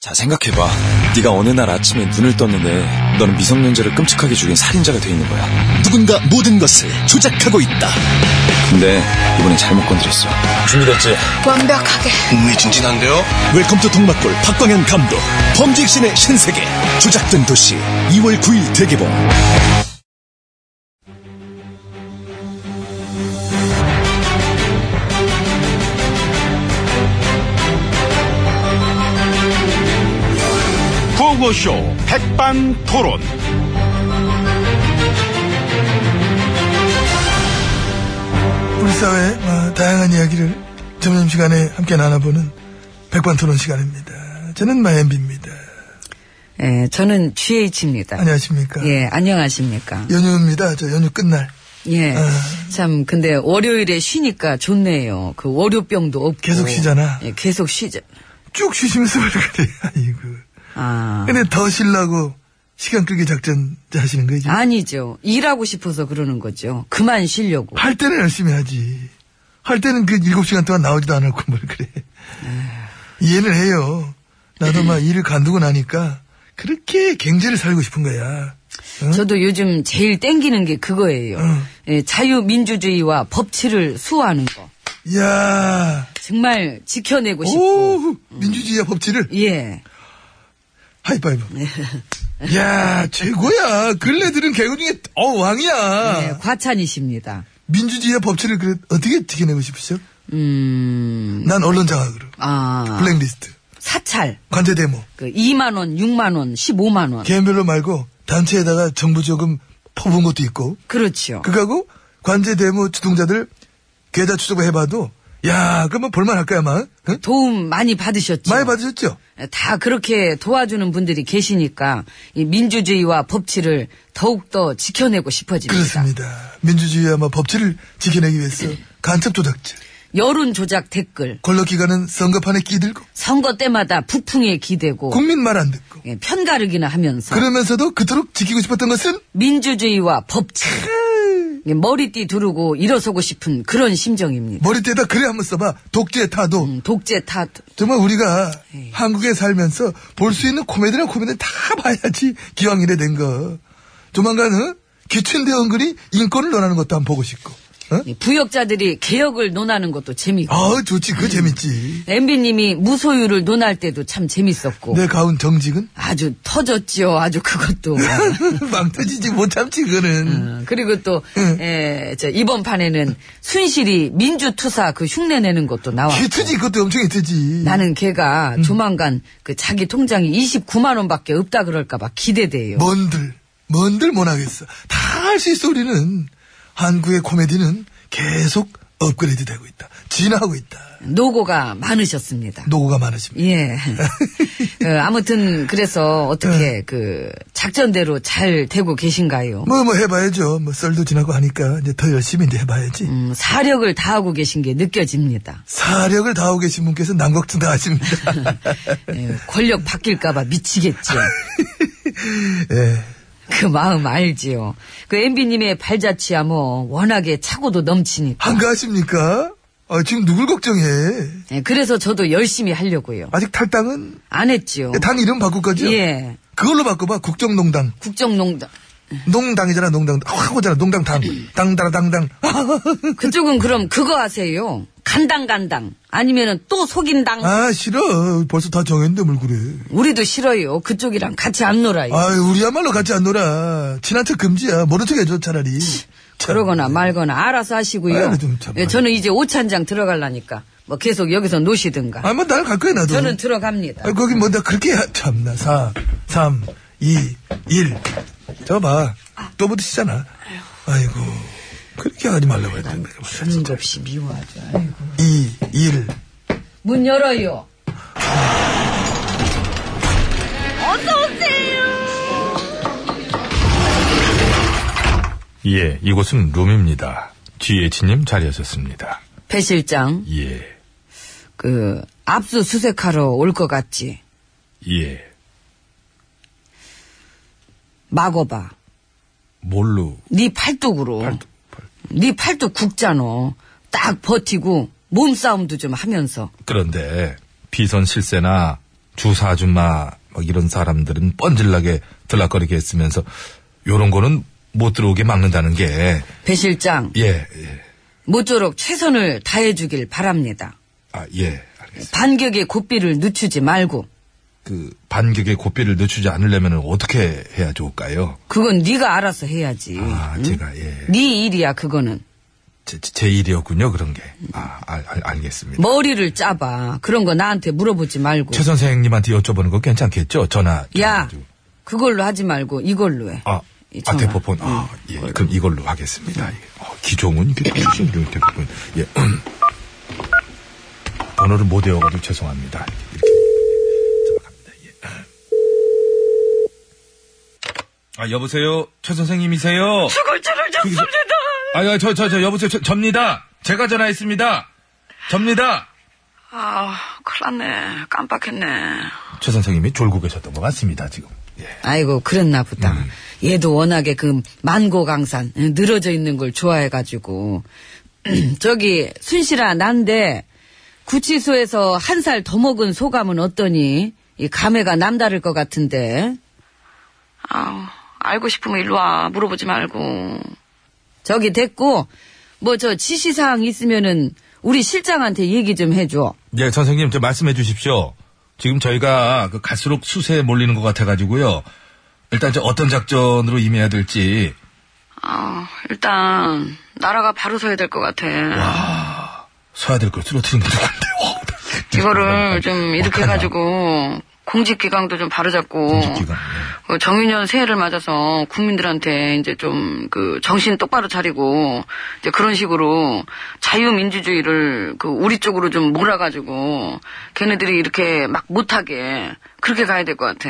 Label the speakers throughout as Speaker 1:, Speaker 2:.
Speaker 1: 자 생각해봐 네가 어느 날 아침에 눈을 떴는데 너는 미성년자를 끔찍하게 죽인 살인자가 돼 있는 거야
Speaker 2: 누군가 모든 것을 조작하고 있다.
Speaker 1: 근데 이번엔 잘못 건드렸어 준비됐지?
Speaker 3: 완벽하게
Speaker 4: 흥미진진한데요?
Speaker 2: 웰컴 투 동막골 박광현 감독 범죄 액션의 신세계 조작된 도시 2월 9일 대개봉
Speaker 5: 구호쇼 백반토론.
Speaker 6: 우리 사회의 어, 다양한 이야기를 점심시간에 함께 나눠보는 백반토론 시간입니다. 저는 마엠비입니다.
Speaker 7: 예, 저는 GH입니다.
Speaker 6: 안녕하십니까.
Speaker 7: 예, 안녕하십니까.
Speaker 6: 연휴입니다. 저 연휴 끝날.
Speaker 7: 예.
Speaker 6: 아.
Speaker 7: 참, 근데 월요일에 쉬니까 좋네요. 그 월요병도 없고.
Speaker 6: 계속 쉬잖아.
Speaker 7: 예, 계속 쉬자.
Speaker 6: 쭉 쉬시면서 왜 그래. 아이고.
Speaker 7: 아.
Speaker 6: 근데 더 쉬려고 시간 끌기 작전 하시는 거지.
Speaker 7: 아니죠. 일하고 싶어서 그러는 거죠. 그만 쉬려고.
Speaker 6: 할 때는 열심히 하지. 할 때는 그 7시간 동안 나오지도 않았고 뭘 그래.
Speaker 7: 아.
Speaker 6: 이해를 해요. 나도 막 일을 간두고 나니까 그렇게 갱제를 살고 싶은 거야. 응?
Speaker 7: 저도 요즘 제일 땡기는 게 그거예요. 예, 자유민주주의와 법치를 수호하는 거.
Speaker 6: 이야.
Speaker 7: 정말 지켜내고 싶고.
Speaker 6: 오, 민주주의와 법치를
Speaker 7: 예.
Speaker 6: 하이파이브. 야, 최고야. 근래들은 개그 중에 어 왕이야.
Speaker 7: 예, 과찬이십니다.
Speaker 6: 민주주의와 법치를 그래 어떻게 지켜내고 싶으셔?
Speaker 7: 음,
Speaker 6: 난 언론 장악으로.
Speaker 7: 아,
Speaker 6: 블랙리스트,
Speaker 7: 사찰.
Speaker 6: 관제 데모,
Speaker 7: 그 2만원, 6만원, 15만원.
Speaker 6: 개별로 말고 단체에다가 정부 조금 퍼부은 것도 있고.
Speaker 7: 그렇죠.
Speaker 6: 그거하고 관제 데모 주동자들 계좌 추적을 해봐도 야, 그러면 볼만 할 거야, 막. 응?
Speaker 7: 도움 많이 받으셨죠?
Speaker 6: 많이 받으셨죠?
Speaker 7: 다 그렇게 도와주는 분들이 계시니까 이 민주주의와 법치를 더욱더 지켜내고 싶어집니다.
Speaker 6: 그렇습니다. 민주주의와 뭐 법치를 지켜내기 위해서 간첩 조작죄.
Speaker 7: 여론 조작 댓글,
Speaker 6: 권력기관은 선거판에 끼들고
Speaker 7: 선거 때마다 부풍에 기대고
Speaker 6: 국민 말 안 듣고
Speaker 7: 예, 편가르기나 하면서
Speaker 6: 그러면서도 그토록 지키고 싶었던 것은
Speaker 7: 민주주의와 법치 예, 머리띠 두르고 일어서고 싶은 그런 심정입니다.
Speaker 6: 머리띠에다 글에 한번 써봐 독재 타도
Speaker 7: 음, 독재 탓
Speaker 6: 정말 우리가
Speaker 7: 예.
Speaker 6: 한국에 살면서 볼 수 있는 코미디나 코미디 다 봐야지 기왕 이래 된거 조만간은 기춘대원군이 인권을 논하는 것도 한번 보고 싶고 어?
Speaker 7: 예, 부역자들이 개혁을 논하는 것도 재미있고
Speaker 6: 아 좋지
Speaker 7: 예.
Speaker 6: 그거 재밌지
Speaker 7: MB님이 무소유를 논할 때도 참 재밌었고
Speaker 6: 내 가운 정직은
Speaker 7: 아주 터졌지요. 아주 그것도.
Speaker 6: 망 터지지 못 참지 그거는
Speaker 7: 어, 그리고 또,
Speaker 6: 응.
Speaker 7: 에, 저 이번 판에는 순실이 민주투사 그 흉내 내는 것도 나왔고.
Speaker 6: 히트지 그것도 엄청 히트지
Speaker 7: 아. 나는 걔가 조만간 그 자기 통장이 29만 원밖에 없다 그럴까봐 기대돼요.
Speaker 6: 뭔들, 뭔들 못하겠어. 다 할 수 있어, 우리는. 한국의 코미디는 계속 업그레이드 되고 있다. 진화하고 있다.
Speaker 7: 노고가 많으셨습니다.
Speaker 6: 노고가 많으십니다.
Speaker 7: 예. 어, 아무튼 그래서 어떻게 그 작전대로 잘 되고 계신가요?
Speaker 6: 뭐, 뭐 해봐야죠. 뭐 썰도 지나고 하니까 이제 더 열심히 이제 해봐야지.
Speaker 7: 음, 사력을 다하고 계신 게 느껴집니다.
Speaker 6: 사력을 다하고 계신 분께서 는 난걱정 다 하십니다.
Speaker 7: 예, 권력 바뀔까봐 미치겠죠.
Speaker 6: 예.
Speaker 7: 그 마음 알지요. 그 MB님의 발자취야 뭐 워낙에 차고도 넘치니까.
Speaker 6: 한가하십니까? 아, 지금 누굴 걱정해?
Speaker 7: 예, 그래서 저도 열심히 하려고요.
Speaker 6: 아직 탈당은?
Speaker 7: 안 했지요.
Speaker 6: 당 이름 바꿀 거죠?
Speaker 7: 예.
Speaker 6: 그걸로 바꿔봐. 국정농당.
Speaker 7: 국정농단.
Speaker 6: 농당이잖아, 농당. 하고잖아, 농당당.
Speaker 7: 음.
Speaker 6: 당다라당당.
Speaker 7: 그쪽은 그럼 그거 하세요. 간당간당. 아니면은 또 속인당.
Speaker 6: 아 싫어 벌써 다 정했는데 뭘 그래
Speaker 7: 우리도 싫어요. 그쪽이랑 같이 안 놀아요.
Speaker 6: 아유 우리야말로 같이 안 놀아 친한 척 금지야 모른 척 해줘 차라리
Speaker 7: 그러거나 말거나 알아서 하시고요.
Speaker 6: 아유, 좀 참아.
Speaker 7: 예, 저는 이제 오찬장 들어갈라니까. 뭐 계속 여기서 노시든가.
Speaker 6: 아마 뭐, 날 갈 거야 나도
Speaker 7: 저는 들어갑니다.
Speaker 6: 아, 거기 뭐 나 그렇게 해- 참나 4 3 2 1 저거 봐또 부딪히잖아 아이고 그렇게 하지 말라고 했던 거야
Speaker 7: 한 값이 미워하죠. 아이고.
Speaker 6: 2 1
Speaker 7: 문 열어요.
Speaker 5: 예, 이곳은 룸입니다. GH님 자리하셨습니다.
Speaker 7: 배 실장.
Speaker 5: 예,
Speaker 7: 그 압수수색하러 올 것 같지.
Speaker 5: 예.
Speaker 7: 막어봐.
Speaker 5: 뭘로?
Speaker 7: 네 팔뚝으로. 네 팔뚝 굵잖아. 딱 버티고 몸싸움도 좀 하면서
Speaker 5: 그런데 비선 실세나
Speaker 8: 주사 아줌마 막 이런 사람들은 뻔질나게 들락거리게 했으면서 요런 거는 못 들어오게 막는다는 게
Speaker 7: 배 실장
Speaker 8: 예, 예.
Speaker 7: 모쪼록 최선을 다해주길 바랍니다.
Speaker 8: 아, 예. 알겠습니다.
Speaker 7: 반격의 고삐를 늦추지 말고
Speaker 8: 그 반격의 고삐를 늦추지 않으려면 어떻게 해야 좋을까요?
Speaker 7: 그건 네가 알아서 해야지.
Speaker 8: 아,
Speaker 7: 응?
Speaker 8: 제가 예.
Speaker 7: 네 일이야 그거는.
Speaker 8: 제, 제- 제 일이었군요, 그런 게. 아, 알, 알- 알겠습니다.
Speaker 7: 머리를 짜봐. 그런 거 나한테 물어보지 말고.
Speaker 8: 최 선생님한테 여쭤보는 거 괜찮겠죠? 전화.
Speaker 7: 야,
Speaker 8: 해가지고.
Speaker 7: 그걸로 하지 말고 이걸로 해.
Speaker 8: 아,
Speaker 7: 이
Speaker 8: 아
Speaker 7: 전화. 음. 네.
Speaker 8: 대포폰. 아, 예. 그럼 이걸로 하겠습니다. 예. 어, 기종은 이게 출신 기종 대포폰. 예. 번호를 못 외워가지고 죄송합니다. 이렇게 잡아갑니다. 예. 아 여보세요, 최 선생님이세요?
Speaker 7: 죽을 줄을 졌습니다.
Speaker 8: 아유 저 저 저 여보세요, 저, 접니다. 제가 전화했습니다. 접니다.
Speaker 7: 아, 큰일 났네. 깜빡했네.
Speaker 8: 최 선생님이 졸고 계셨던 것 같습니다 지금. 예.
Speaker 7: 아이고, 그랬나 보다. 얘도 워낙에 그 만고강산, 응, 늘어져 있는 걸 좋아해가지고. 저기, 순실아, 난데, 구치소에서 한 살 더 먹은 소감은 어떠니? 이 감회가 남다를 것 같은데.
Speaker 9: 아우, 알고 싶으면 일로 와. 물어보지 말고.
Speaker 7: 저기 됐고, 뭐 저 지시사항 있으면은 우리 실장한테 얘기 좀 해줘.
Speaker 8: 예, 선생님, 저 말씀해 주십시오. 지금 저희가 그 갈수록 수세에 몰리는 것 같아가지고요. 일단 저 어떤 작전으로 임해야 될지.
Speaker 9: 아, 일단 나라가 바로 서야 될 것 같아.
Speaker 8: 서야 될 걸 쓰러뜨리는 것도 안 돼요. 아,
Speaker 9: 이거를 좀 이렇게 해가지고 공직기강도 좀 바로잡고
Speaker 5: 네,
Speaker 8: 공직기강,
Speaker 9: 그 정유년 새해를 맞아서 국민들한테 이제 좀 그 정신 똑바로 차리고 이제 그런 식으로 자유민주주의를 그 우리 쪽으로 좀 몰아가지고 걔네들이 이렇게 막 못하게 그렇게 가야 될 것 같아.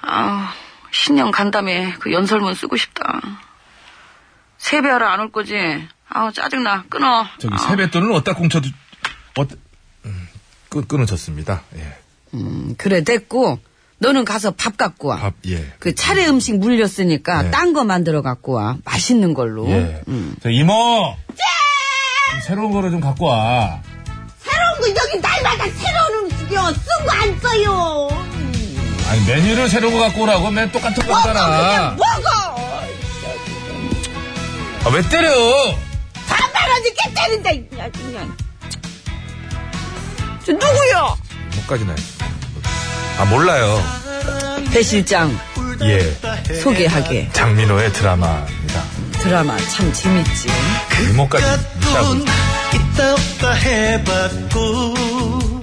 Speaker 9: 아 신년 간담회 그 연설문 쓰고 싶다. 세배하러 안 올 거지? 아우 짜증나 끊어.
Speaker 8: 저기
Speaker 9: 아우.
Speaker 8: 세뱃돈은 어디다 공쳐도, 어, 끊, 끊어졌습니다. 예.
Speaker 7: 음, 그래 됐고, 너는 가서 밥 갖고 와.
Speaker 8: 밥, 예.
Speaker 7: 그 차례 음식 물렸으니까
Speaker 8: 네.
Speaker 7: 딴 거 만들어 갖고 와. 맛있는 걸로.
Speaker 8: 예.
Speaker 7: 음.
Speaker 8: 저 이모! 좀 새로운 거를 좀 갖고 와.
Speaker 10: 새로운 거 여기 날마다 새로운 음식이요. 쓴 거 안 써요.
Speaker 8: 아니, 메뉴를 새로운 거 갖고 오라고. 맨 똑같은
Speaker 10: 먹어
Speaker 8: 거잖아.
Speaker 7: 뭐,
Speaker 10: 그냥 먹어.
Speaker 8: 아, 왜 때려!
Speaker 10: 반말 하지깨 때린다 그냥 그냥. 저 누구요?
Speaker 8: 뭐까지 나요? 아, 몰라요.
Speaker 7: 배 실장
Speaker 8: 예.
Speaker 7: 소개하게
Speaker 8: 장민호의 드라마입니다. 그
Speaker 7: 드라마 참 재밌지.
Speaker 8: 이모까지 무시하고
Speaker 11: 돈 있다 없다 해봤고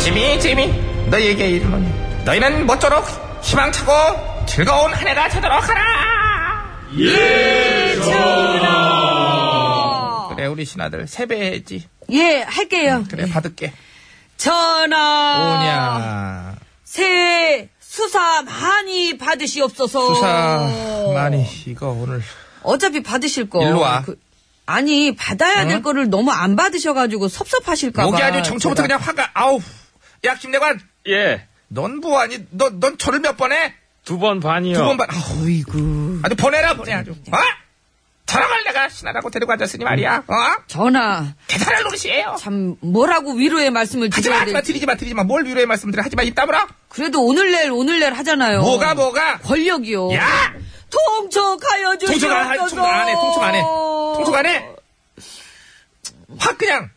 Speaker 3: 지미 지미 너희에게 이르노니 너희는 모쪼록 희망차고 즐거운 한 해가 되도록 하라
Speaker 12: 예,
Speaker 3: 예전하 그래 우리 신하들 세배해야지
Speaker 7: 예,
Speaker 8: 음,
Speaker 7: 할게요.
Speaker 3: 그래 받을게
Speaker 7: 전하
Speaker 8: 아,
Speaker 3: 오냐
Speaker 7: 새해 수사 많이 받으시옵소서
Speaker 8: 아,
Speaker 3: 수사 많이 이거 오늘 어차피 받으실 거.
Speaker 8: 일로 와. 어?
Speaker 3: 그- 아니, 받아야 될 거를 너무 안 받으셔가지고 섭섭하실까봐.
Speaker 8: 목이 아주 정초부터
Speaker 3: 제가.
Speaker 8: 그냥 화가 아우 약 김내관 예. 넌 뭐하니? 너, 넌 저를 몇 번 해?
Speaker 12: 두 번 반이요.
Speaker 8: 두 번 반. 아우,
Speaker 3: 어이구.
Speaker 8: 아주 보내라 보내 아주.
Speaker 3: 네.
Speaker 8: 어? 자랑할 내가 신하라고 데리고 앉았으니 말이야. 어?
Speaker 3: 전하,
Speaker 8: 대단한 노릇이에요.
Speaker 3: 참, 뭐라고 위로의 말씀을
Speaker 8: 하지마
Speaker 3: 드려야
Speaker 8: 하지마
Speaker 3: 될지.
Speaker 8: 드리지마 드리지마 뭘 위로의 말씀드려 하지마 입 다물어.
Speaker 3: 그래도 오늘 내일, 오늘 내일 하잖아요.
Speaker 8: 뭐가 뭐가?
Speaker 3: 권력이요.
Speaker 8: 야!
Speaker 3: 통촉하여 주시옵소서.
Speaker 8: 통촉 안 해, 통촉 안 해, 통촉 안 해. 통촉 안 해. 확 그냥.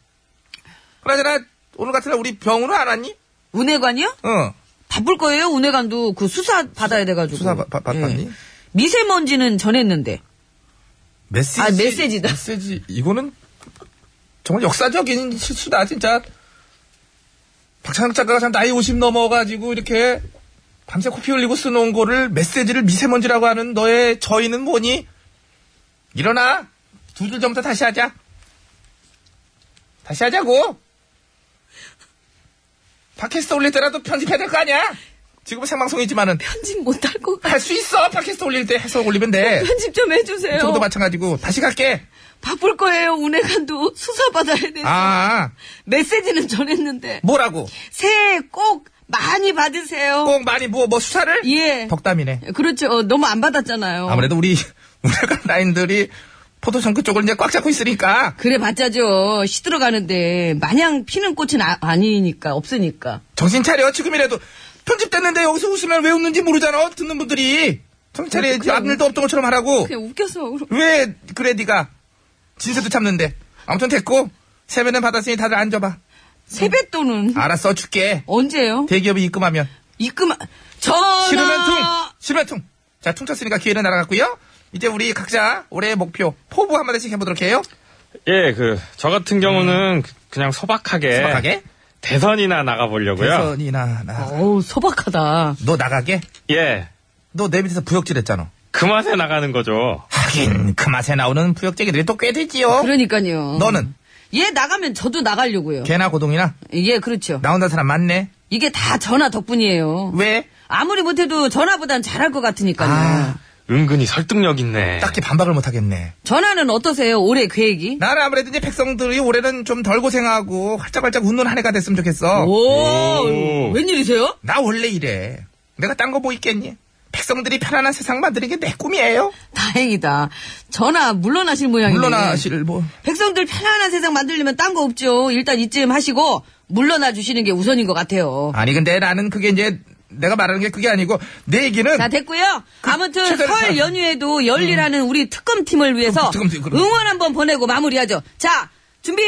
Speaker 8: 그나저나 오늘 같은 날 우리 병으로 안 왔니?
Speaker 3: 운해관이요?
Speaker 8: 어.
Speaker 3: 바쁠 거예요, 운해관도. 그 수사 받아야 돼가지고. 예.
Speaker 8: 수사 받- 받- 받았니?
Speaker 3: 미세먼지는 전했는데.
Speaker 8: 메시지.
Speaker 3: 아, 메시지다.
Speaker 8: 메시지. 이거는 정말 역사적인 실수다, 진짜. 박찬욱 작가가 참 나이 50 넘어가지고 이렇게 밤새 코피 흘리고 쓰놓은 거를 메시지를 미세먼지라고 하는 너의 저희는 뭐니? 일어나. 두 줄 전부터 다시 하자. 다시 하자고. 팟캐스트 올릴 때라도 편집해야 될 거 아니야? 지금은 생방송이지만은
Speaker 3: 편집 못할 것 같아.
Speaker 8: 할 수 있어. 팟캐스트 올릴 때 해서 올리면 돼.
Speaker 3: 편집 좀 해주세요.
Speaker 8: 저도 마찬가지고 다시 갈게.
Speaker 3: 바쁠 거예요, 운해관도. 수사 받아야 돼서.
Speaker 8: 아,
Speaker 3: 메시지는 전했는데.
Speaker 8: 뭐라고?
Speaker 3: 새해 꼭 많이 받으세요.
Speaker 8: 꼭 많이 뭐, 뭐 수사를?
Speaker 3: 예.
Speaker 8: 덕담이네.
Speaker 3: 그렇죠. 어, 너무 안 받았잖아요.
Speaker 8: 아무래도 우리, 우리가 라인들이 포도청크 쪽을 이제 꽉 잡고 있으니까.
Speaker 3: 그래 봤자죠. 시들어 가는데 마냥 피는 꽃은 아, 니니까 없으니까.
Speaker 8: 정신 차려, 지금이라도. 편집됐는데 여기서 웃으면 왜 웃는지 모르잖아, 듣는 분들이. 정신 차려야지.
Speaker 3: 그럼.
Speaker 8: 앞일도 없던 것처럼 하라고.
Speaker 3: 그냥 웃겨서 그러-
Speaker 8: 왜, 그래, 니가. 진세도 참는데. 아무튼 됐고. 세면은 받았으니 다들 앉아봐.
Speaker 3: 세뱃돈은
Speaker 8: 알았어, 줄게.
Speaker 3: 언제요?
Speaker 8: 대기업이 입금하면.
Speaker 3: 입금 전화
Speaker 8: 싫으면 퉁! 싫으면 퉁! 자, 퉁 쳤으니까 기회는 날아갔고요. 이제 우리 각자 올해의 목표, 포부 한마디씩 해보도록 해요.
Speaker 12: 예, 그, 저 같은 경우는 그- 그냥 소박하게.
Speaker 8: 소박하게?
Speaker 12: 대선이나 나가보려고요.
Speaker 8: 대선이나 나.
Speaker 3: 어우 소박하다.
Speaker 8: 너 나가게?
Speaker 12: 예.
Speaker 8: 너 내 밑에서 부역질 했잖아.
Speaker 12: 그 맛에 나가는 거죠.
Speaker 8: 하긴, 그 맛에 나오는 부역쟁이들이 또 꽤 되지요.
Speaker 3: 그러니까요.
Speaker 8: 어? 너는?
Speaker 3: 얘 나가면 저도 나가려고요.
Speaker 8: 개나 고동이나?
Speaker 3: 예 그렇죠.
Speaker 8: 나온다는 사람 많네.
Speaker 3: 이게 다 전화 덕분이에요.
Speaker 8: 왜?
Speaker 3: 아무리 못해도 전화보단 잘할 것 같으니까요.
Speaker 8: 아.
Speaker 12: 은근히 설득력 있네.
Speaker 8: 딱히 반박을 못하겠네.
Speaker 3: 전화는 어떠세요? 올해 계획이?
Speaker 8: 나는 아무래도 이제 백성들이 올해는 좀 덜 고생하고 활짝활짝 웃는 한 해가 됐으면 좋겠어.
Speaker 3: 오, 웬일이세요?
Speaker 8: 나 원래 이래. 내가 딴 거 뭐 있겠니? 백성들이 편안한 세상 만드는 게 내 꿈이에요.
Speaker 3: 다행이다. 전화 물러나실 모양이네.
Speaker 8: 물러나실 뭐.
Speaker 3: 백성들 편안한 세상 만들려면 딴 거 없죠. 일단 이쯤 하시고 물러나 주시는 게 우선인 것 같아요.
Speaker 8: 아니 근데 나는 그게 이제 내가 말하는 게 그게 아니고 내 얘기는
Speaker 3: 자 됐고요. 아무튼
Speaker 8: 그 최선을
Speaker 3: 설
Speaker 8: 다하는-
Speaker 3: 연휴에도 열일하는 우리 특검팀을 위해서
Speaker 8: 특검, 특검, 음. 그럼.
Speaker 3: 응원 한번 보내고 마무리하죠. 자 준비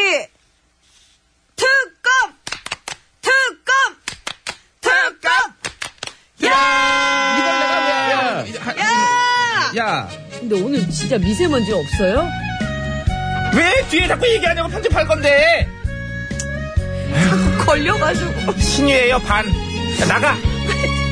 Speaker 3: 특검 특검 특검
Speaker 8: 야! 이걸 내가 왜 야!
Speaker 3: 야!
Speaker 8: 야!
Speaker 3: 근데 오늘 진짜 미세먼지 없어요?
Speaker 8: 왜 뒤에 자꾸 얘기하냐고 편집할 건데
Speaker 3: 걸려가지고
Speaker 8: 신유예요 반 야, 나가